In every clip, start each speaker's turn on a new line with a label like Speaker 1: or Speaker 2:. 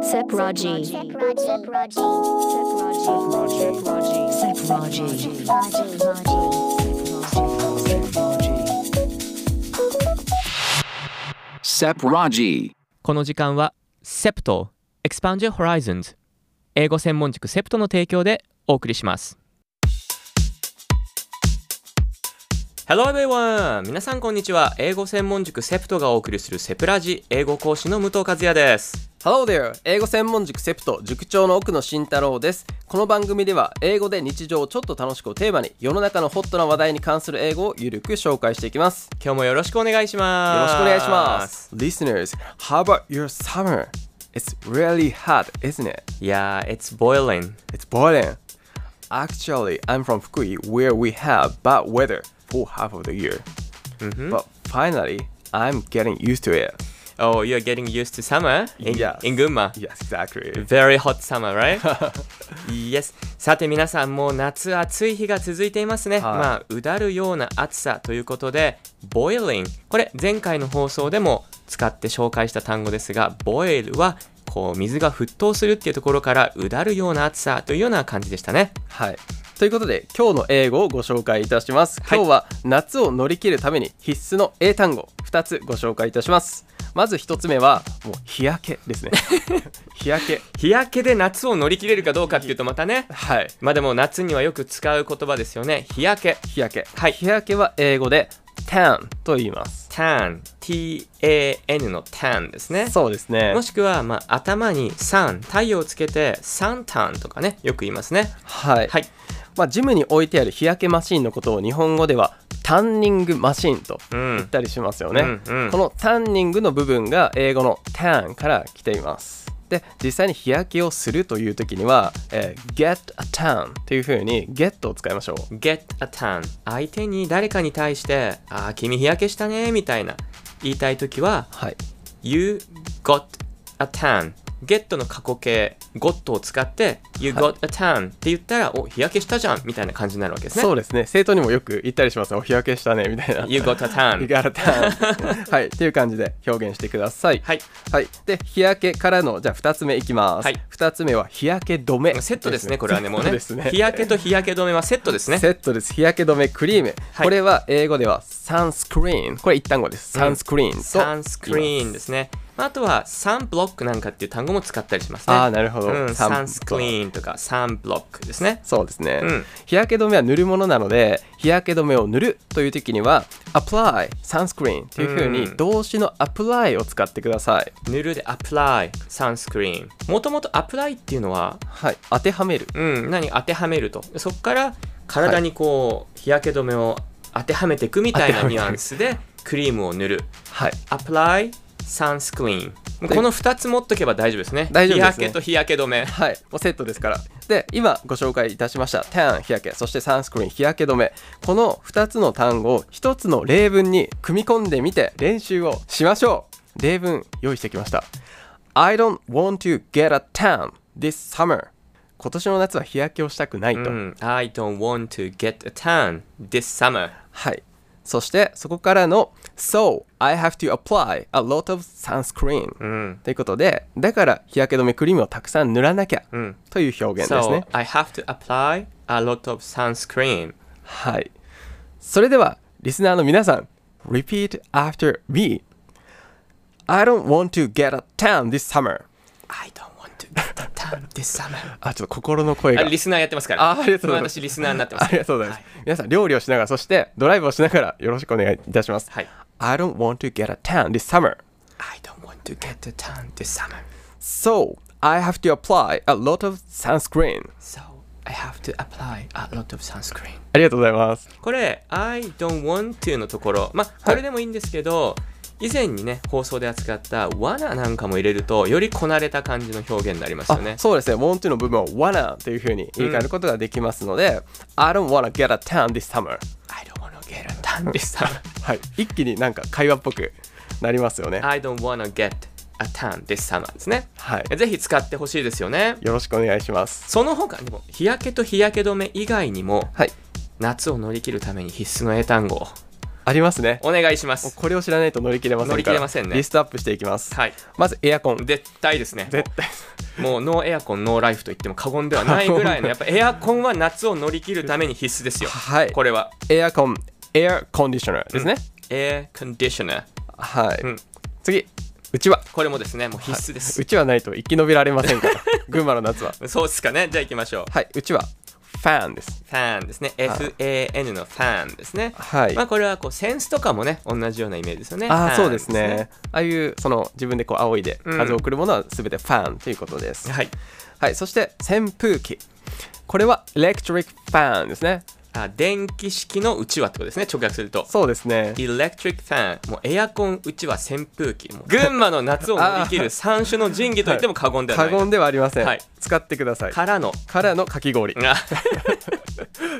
Speaker 1: Sepraji. Sepraji. Sepraji. Sepraji. Sepraji.
Speaker 2: Sepraji.
Speaker 3: この時間は SEPTO Expand Your Horizons 英語専門塾 SEPTO の提供でお送りします Hello everyone! 皆さんこんにちは英語専門塾 SEPTO がお送りするセプラジ英語講師の武藤和也です
Speaker 4: Hello there! 英語専門塾セプト塾長の奥野慎太郎です。この番組では英語で日常をちょっと楽しくをテーマに世の中のホットな話題に関する英語をゆるく紹介していきます。
Speaker 3: 今日もよろしくお願いし
Speaker 4: よろ
Speaker 3: ま
Speaker 4: し
Speaker 3: す
Speaker 4: くお願いします。Listeners, how about your summer? It's really hot, isn't it?
Speaker 3: いやー、It's boiling
Speaker 4: It's boiling. Actually, I'm from Fukui where we have bad weather for half of the year. But finally, I'm getting used to it.
Speaker 3: Oh, you're getting used to summer in,
Speaker 4: Yes.
Speaker 3: in Gunma
Speaker 4: Yes, exactly.
Speaker 3: Very hot summer, right? yes. さて皆さんもう夏暑い日が続いていますね、
Speaker 4: い
Speaker 3: まあうだるような暑さということで boiling これ前回の放送でも使って紹介した単語ですが boil はこう水が沸騰するっていうところからうだるような暑さというような感じでしたね
Speaker 4: はい。ということで今日の英語をご紹介いたします。
Speaker 3: はい
Speaker 4: 今日は夏を乗り切るために必須の英単語2つご紹介いたします。まず1つ目はもう日焼けで すね。日焼け。
Speaker 3: 日焼けで夏を乗り切れるかどうかっていうとまたね
Speaker 4: はい。
Speaker 3: まあでも夏にはよく使う言葉ですよね日焼け
Speaker 4: 日焼け。
Speaker 3: はい
Speaker 4: 日焼けは英語で tan と言います。
Speaker 3: tan T-A-N の tan ですね
Speaker 4: そうですね
Speaker 3: も。しくは、まあ、頭にサン太陽をつけてサンタンとかねよく言いますね
Speaker 4: はい。
Speaker 3: はい
Speaker 4: まあジムに置いてある日焼けマシンのことを日本語ではタンニングマシンと
Speaker 3: う
Speaker 4: 言っ
Speaker 3: ん
Speaker 4: たりしますよね。
Speaker 3: うんうん
Speaker 4: このタンニングの部分が英語の tan から来ています。で実際に日焼けをするという時には、えー get a tan というふうに get を使いましょう。
Speaker 3: get a tan 相手に誰かに対して「あー君日焼けしたね」みたいな言いたい時は
Speaker 4: はい。
Speaker 3: 「you got a tan」get の過去形 got を使って「you
Speaker 4: はい
Speaker 3: got a tan」って言ったら「お日焼けしたじゃん」みたいな感じになるわけですね
Speaker 4: そうですね。生徒にもよく言ったりしますね。お日焼けしたねみたいな。
Speaker 3: You got a tan
Speaker 4: You got a tan はい。っていう感じで表現してください。
Speaker 3: はい
Speaker 4: はい。で日焼けからのじゃあ二つ目いきます。
Speaker 3: はい
Speaker 4: 二つ目は日焼け止め。
Speaker 3: セットですねこれはねもう
Speaker 4: セ
Speaker 3: ね
Speaker 4: ットですね
Speaker 3: 日焼けと日焼け止めはセットですね
Speaker 4: セットです。日焼け止めクリーム。
Speaker 3: はい
Speaker 4: これは英語ではサンスクリーン。これ一単語です。サンスクリーンと、
Speaker 3: サンスクリーンですね。まああとはサンブロックなんかっていう単語も使ったりしますね。
Speaker 4: ああ、なるほど。
Speaker 3: うん、サンスクリ
Speaker 4: ン。
Speaker 3: ーンとかサンブロックですね。
Speaker 4: そうですね、
Speaker 3: うん
Speaker 4: 日焼け止めは塗るものなので、日焼け止めを塗るという時には、apply sunscreen というふう
Speaker 3: う
Speaker 4: に
Speaker 3: ん
Speaker 4: 動詞の apply を使ってください。
Speaker 3: 塗るでアプライ、サンスクリーン。もともとアプライっていうのは、
Speaker 4: はい。当てはめる。
Speaker 3: うん、何当てはめると。そこから体にこう、日焼け止めを当てはめていくみたいなニュアンスでクリームを塗る。
Speaker 4: はい。
Speaker 3: アプライ、サンスクリーン。もう
Speaker 4: で
Speaker 3: この2つ持っとけば大丈夫ですね。
Speaker 4: 大丈夫です
Speaker 3: 日
Speaker 4: ね
Speaker 3: 焼けと日焼け止め。
Speaker 4: はい、もうセットですから。で、今ご紹介いたしました、tan 日焼け、そしてサンスクリーン日焼け止め、この2つの単語を1つの例文に組み込んでみて練習をしましょう。例文用意してきました。I don't want to get a tan this summer. 今年の夏は日焼けをしたくないと。
Speaker 3: うん、I don't want to get a tan this summer.
Speaker 4: はい。そしてそこからの So I have to apply a lot of sunscreen、
Speaker 3: ん
Speaker 4: ということでだから日焼け止めクリームをたくさん塗らなきゃ、
Speaker 3: ん
Speaker 4: という表現ですね
Speaker 3: So。I have to apply a lot of sunscreen.
Speaker 4: はい。それでは、リスナーの皆さん、repeat after me. I don't want to get a tan this summer.
Speaker 3: I don't want to get that tan this summer.
Speaker 4: あ、ちょっと心の 声
Speaker 3: あ
Speaker 4: が。
Speaker 3: リスナーやってますから。
Speaker 4: あありがとうございます
Speaker 3: 今私リスナーになってます。
Speaker 4: ありがとうございます。
Speaker 3: は
Speaker 4: 皆さん、料理をしながら、そしてドライブをしながら、よろしくお願いいたします。
Speaker 3: はい
Speaker 4: I don't want to get a tan this summer.
Speaker 3: I don't want to get a tan this summer.
Speaker 4: So, I have to apply a lot of sunscreen.
Speaker 3: So I have to apply a lot of sunscreen.
Speaker 4: ありがとうございます。
Speaker 3: これ、I don't want to のところ、まあ、これでもいいんですけど、以前にね、放送で扱った罠なんかも入れると、よりこなれた感じの表現になりますよね
Speaker 4: あ。そうですね。want to の部分を wanna というふうに言い換えることができますので、I don't wanna get a tan this summer.
Speaker 3: I don't wanna get a tan this summer.
Speaker 4: はい、一気になんか会話っぽくなりますよね。
Speaker 3: I don't wanna get a tan this summer ですね。
Speaker 4: はい
Speaker 3: ぜひ使ってほしいですよね。
Speaker 4: よろしくお願いします。
Speaker 3: その他でも日焼けと日焼け止め以外にも
Speaker 4: はい。
Speaker 3: 夏を乗り切るために必須の英単語
Speaker 4: ありますね
Speaker 3: お願いしま
Speaker 4: もう
Speaker 3: す
Speaker 4: これを知らないと乗り切れませんから
Speaker 3: 乗り切れませんね
Speaker 4: リストアップしていきます、
Speaker 3: はい
Speaker 4: まずエアコン
Speaker 3: 絶対ですね
Speaker 4: 絶対
Speaker 3: もうノーエアコンノーライフと言っても過言ではないぐ らいのやっぱエアコンは夏を乗り切るために必須ですよ
Speaker 4: はい
Speaker 3: これは
Speaker 4: エアコンエアコンディショナーですね、
Speaker 3: エアコンディショナー
Speaker 4: はい、
Speaker 3: うん
Speaker 4: 次うちわ
Speaker 3: これもですねもう必須です、
Speaker 4: うちわないと生き延びられませ んから群馬の夏は
Speaker 3: そうですかねじゃあ行きましょう
Speaker 4: はいうちわファンです
Speaker 3: ファンですね FAN のファンですね
Speaker 4: はい
Speaker 3: まあこれはこうセンスとかもね同じようなイメージですよね
Speaker 4: あ
Speaker 3: ファ
Speaker 4: あ
Speaker 3: ン
Speaker 4: そうですねああいうその自分でこう仰いで
Speaker 3: うん
Speaker 4: 風を送るものは全てファンということです、
Speaker 3: はい
Speaker 4: はい、そして扇風機これはエレクトリックファンですね
Speaker 3: あ電気式のうちわってことですね直訳すると
Speaker 4: そうですね
Speaker 3: エレクトリックファンもうエアコンうちわ扇風機もう群馬の夏を乗り切る3種の神器と言っても過言ではな
Speaker 4: 過
Speaker 3: い
Speaker 4: 言ではありません、
Speaker 3: はい
Speaker 4: 使ってください
Speaker 3: からの
Speaker 4: からのかき氷
Speaker 3: あ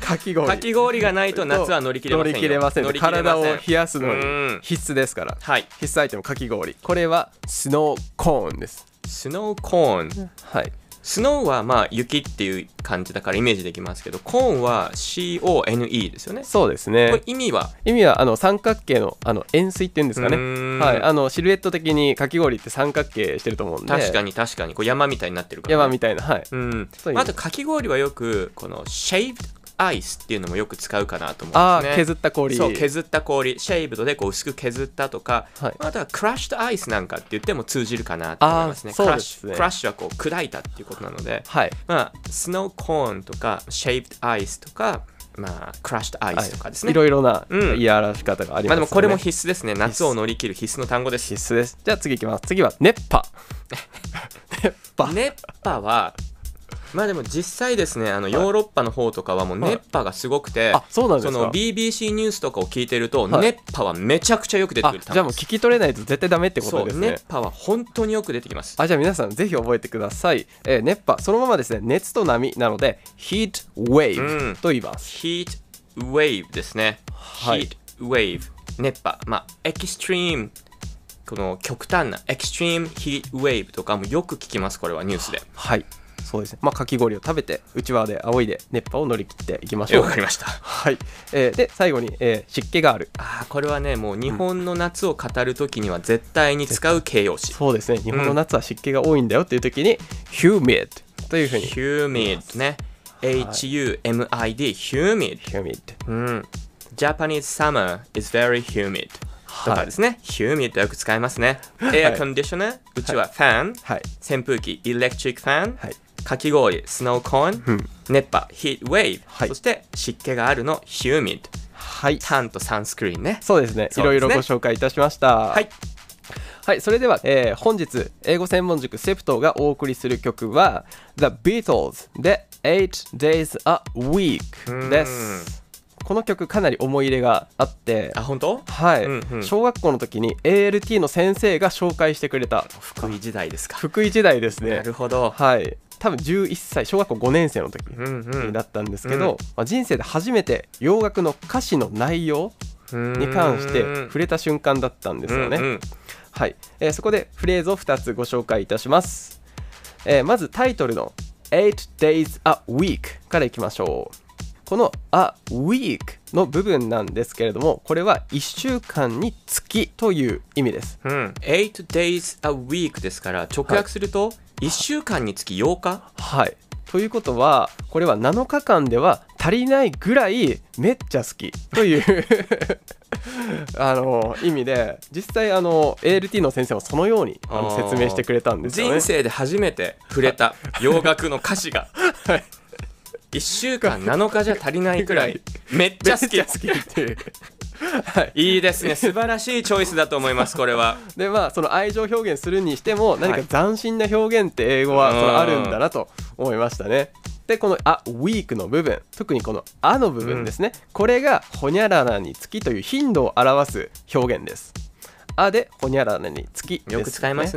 Speaker 4: かき氷
Speaker 3: かき氷がないと夏は乗り切れませんよ
Speaker 4: 乗り切れません
Speaker 3: 乗り切れません
Speaker 4: 体を冷やすの
Speaker 3: うん
Speaker 4: に必須ですから
Speaker 3: はい
Speaker 4: 必須アイテムかき氷これはスノーコーンです
Speaker 3: スノーコーン
Speaker 4: はい
Speaker 3: スノーはまあ雪っていう感じだからイメージできますけどコーンは CONE ですよね
Speaker 4: そうで
Speaker 3: こ
Speaker 4: す
Speaker 3: れ
Speaker 4: ね
Speaker 3: 意味は
Speaker 4: 意味はあの三角形のあの円錐っていうんですかね
Speaker 3: うーん
Speaker 4: はいあのシルエット的にかき氷って三角形してると思うんで
Speaker 3: 確か
Speaker 4: に
Speaker 3: に確かにこう山みたいになってるから、
Speaker 4: 山みたいなはい
Speaker 3: うん
Speaker 4: そういう
Speaker 3: まああとかき氷はよくこのシェイブアイスっていうのもよく使うかなと思
Speaker 4: あ
Speaker 3: うんで
Speaker 4: あ
Speaker 3: すね
Speaker 4: 削った氷
Speaker 3: そう削った氷シェイブドでこう薄く削ったとか、
Speaker 4: はい
Speaker 3: まああとはクラッシュとアイスなんかって言っても通じるかなと思いますね
Speaker 4: あーそうですね
Speaker 3: クラッシュクラッシュはこう砕いたっていうことなので、
Speaker 4: はい
Speaker 3: まあスノーコーンとかシェイブドアイスとかまあクラッシュとアイスとかですね、
Speaker 4: いろいろな
Speaker 3: うん
Speaker 4: 言い表し方があり
Speaker 3: ま
Speaker 4: ま
Speaker 3: あで
Speaker 4: すよね
Speaker 3: もこれも必須ですね夏を乗り切る必須の単語です
Speaker 4: 必須ですじゃあ次いきます次は熱波熱波
Speaker 3: 熱波はまあでも実際ですねあのヨーロッパの方とかはもう
Speaker 4: はい
Speaker 3: 熱波がすごくて、
Speaker 4: あそうなんです
Speaker 3: そ
Speaker 4: か
Speaker 3: の BBC ニュースとかを聞いてると、
Speaker 4: はい
Speaker 3: 熱波はめちゃくちゃよく出て
Speaker 4: あ
Speaker 3: くる
Speaker 4: じゃあもう聞き取れないと絶対ダメってこ
Speaker 3: そ
Speaker 4: と
Speaker 3: う、
Speaker 4: ですね
Speaker 3: 熱波は本当によく出てきます
Speaker 4: あじゃあ皆さんぜひ覚えてください、えー熱波そのままですね熱と波なので heat
Speaker 3: うん
Speaker 4: wave と言います、
Speaker 3: Heat Wave ですね、
Speaker 4: はい
Speaker 3: Heat Wave 熱波まあエクストリームこの極端なエクストリームヒートウェーブとかもよく聞きますこれはニュースで
Speaker 4: はいそうですねまあかき氷を食べてうちわで仰いで熱波を乗り切っていきましょ
Speaker 3: わ
Speaker 4: う
Speaker 3: かりました
Speaker 4: はい、えーで最後に、えー湿気がある
Speaker 3: あーこれはねもう日本の夏を語るときには絶対に使う形容詞
Speaker 4: そうですね日本の夏は湿気が多いんだよっていう時に、humid というふうに
Speaker 3: humid ね HUMID humid
Speaker 4: humid
Speaker 3: うん、Japanese summer is very humid とかですね、humid はよく使いますね。エアコンディショナー、うちはファン、
Speaker 4: はい
Speaker 3: 扇風機、エレクトリックファン、
Speaker 4: はい
Speaker 3: かき氷、スノーコーン、
Speaker 4: うん
Speaker 3: 熱波、ヒートウェーブ、
Speaker 4: はい
Speaker 3: そして湿気があるの、humid、
Speaker 4: はい
Speaker 3: タンとサンスクリーンね。
Speaker 4: そうですね
Speaker 3: そうですね
Speaker 4: いろいろご紹介いたしました
Speaker 3: はい、
Speaker 4: はい、それでは、えー本日英語専門塾セプトがお送りする曲は The Beatles で8 Days a Week です。この曲かなり思い入れがあって
Speaker 3: あ、、本当
Speaker 4: はい、
Speaker 3: うんうん
Speaker 4: 小学校の時に ALT の先生が紹介してくれた
Speaker 3: 福井時代ですか。
Speaker 4: 福井時代です
Speaker 3: な
Speaker 4: ね
Speaker 3: る。ほど。
Speaker 4: はい、多分11歳小学校5年生の時
Speaker 3: うんうん
Speaker 4: だったんですけど、
Speaker 3: うん
Speaker 4: まあ、人生で初めて洋楽の歌詞の内容に関して触れた瞬間だったんですよね。
Speaker 3: うんうん
Speaker 4: はい、えーそこでフレーズを2つご紹介いたします、えーまずタイトルの「8 days a week」からいきましょうこの「a week」の部分なんですけれどもこれは1週間に月という意味です
Speaker 3: うん、8 days a week ですから直訳すると1週間につき8日
Speaker 4: はいということはこれは7日間では足りないぐらいめっちゃ好きという あの意味で実際あの ALT の先生もそのようにあの
Speaker 3: あー
Speaker 4: 説明してくれたんですよね
Speaker 3: 人生で初めて触れた洋楽の歌詞が1週間7日じゃ足りないくらいめっちゃ好き
Speaker 4: っていうはい
Speaker 3: いいですね素晴らしいチョイスだと思いますこれは
Speaker 4: でまあその愛情表現するにしても何
Speaker 3: は
Speaker 4: か
Speaker 3: い
Speaker 4: 斬新な表現って英語は
Speaker 3: うん
Speaker 4: そのあるんだなと思いましたね。でこの「あ week」の部分特にこの「あ」の部分ですね、これが「ほにゃららにつき」という頻度を表す表現です。「あ」で「ほにゃららにつき」
Speaker 3: よく使います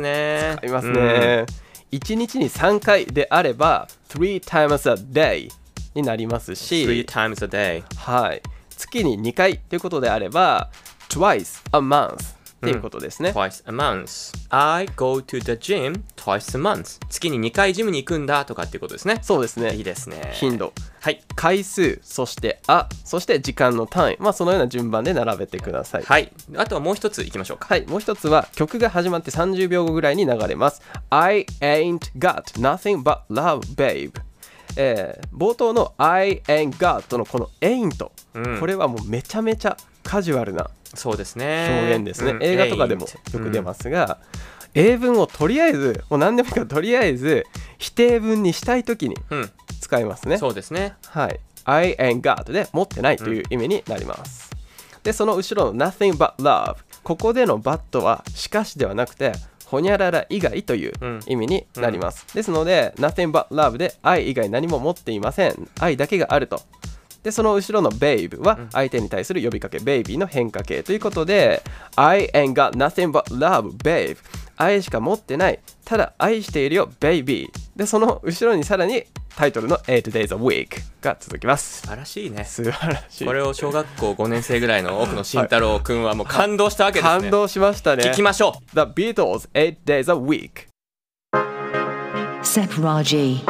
Speaker 3: ね
Speaker 4: ね。使いますね。1日に3回であれば「three times a day」になります
Speaker 3: うん
Speaker 4: し
Speaker 3: Three times a day
Speaker 4: はい、月に2回ということであれば twice a month っていうことですね、
Speaker 3: twice a month I go to the gym twice a month 月に2回ジムに行くんだとかっていうことですね
Speaker 4: そうですね
Speaker 3: いいですね
Speaker 4: 頻度
Speaker 3: はい
Speaker 4: 回数そして「あ」そして時間の単位まあそのような順番で並べてください
Speaker 3: はいあとはもう一ついきましょうか
Speaker 4: はい、もう一つは曲が始まって30秒後ぐらいに流れます。I ain't got nothing but love, babe、えー冒頭の I ain't got のこの ain't、
Speaker 3: うん
Speaker 4: これはもうめちゃめちゃカジュアルな
Speaker 3: そうですね
Speaker 4: 表現ですね。
Speaker 3: うん
Speaker 4: 映画とかでもよく出ますが、英文をとりあえず、もう何でもいいからとりあえず否定文にしたいときに
Speaker 3: うん、うん
Speaker 4: 使いますね。
Speaker 3: そうですね
Speaker 4: はい。I ain't got で持ってないという意味になります。で、その後ろの nothing but love。ここでの but はしかしではなくて、ほにゃらら以外という
Speaker 3: うん
Speaker 4: 意味になります。ですので、nothing but love で愛以外何も持っていません。愛だけがあると。で、その後ろの babe は相手に対する呼びかけ、baby の変化形ということで、I ain't got nothing but love, babe。愛しか持ってない。ただ愛しているよ、baby。で、その後ろにさらにタイトルの8 days a week が続きます
Speaker 3: 素。晴らしいね
Speaker 4: 素晴らしい。
Speaker 3: これを小学校5年生ぐらいの奥野慎太郎君はもう感動したわけですね
Speaker 4: 感動しましたね。
Speaker 3: 聞きましょ
Speaker 4: The Beatles 8 days a week。
Speaker 1: Sep Raji.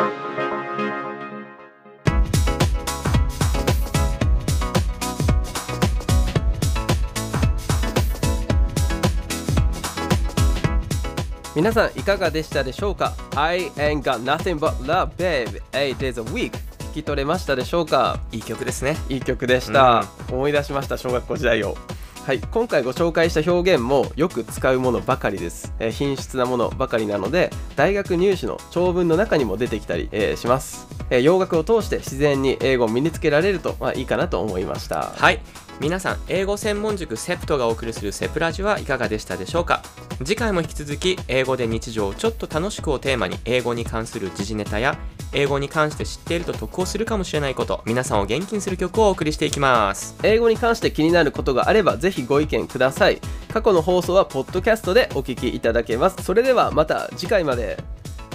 Speaker 4: 皆さんいかがでしたでしょうか ?I ain't got nothing but love, babe. 8 days a week。聞き取れましたでしょうか
Speaker 3: ういい曲ですね
Speaker 4: いい曲でした、思い出しました小学校時代をはい今回ご紹介した表現もよく使うものばかりです、えー品質なものばかりなので大学入試の長文の中にも出てきたり、えーします、えー洋楽を通して自然に英語を身につけられると、まあ、いいかなと思いました
Speaker 3: はい皆さん英語専門塾セプトがお送りするセプラジはいかがでしたでしょうか次回も引き続き英語で日常をちょっと楽しくをテーマに英語に関する時事ネタや英語に関して知っていると得をするかもしれないこと皆さんを元気にする曲をお送りしていきます
Speaker 4: 英語に関して気になることがあればぜひご意見ください過去の放送はポッドキャストでお聞きいただけますそれではまた次回まで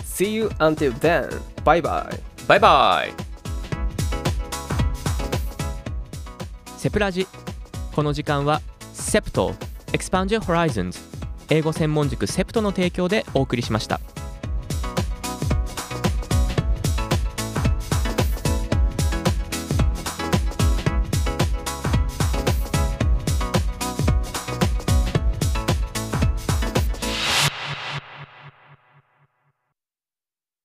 Speaker 4: See you until then bye bye
Speaker 3: バイバイセプラジこの時間はセプト Expand Your Horizons 英語専門塾セプトの提供でお送りしました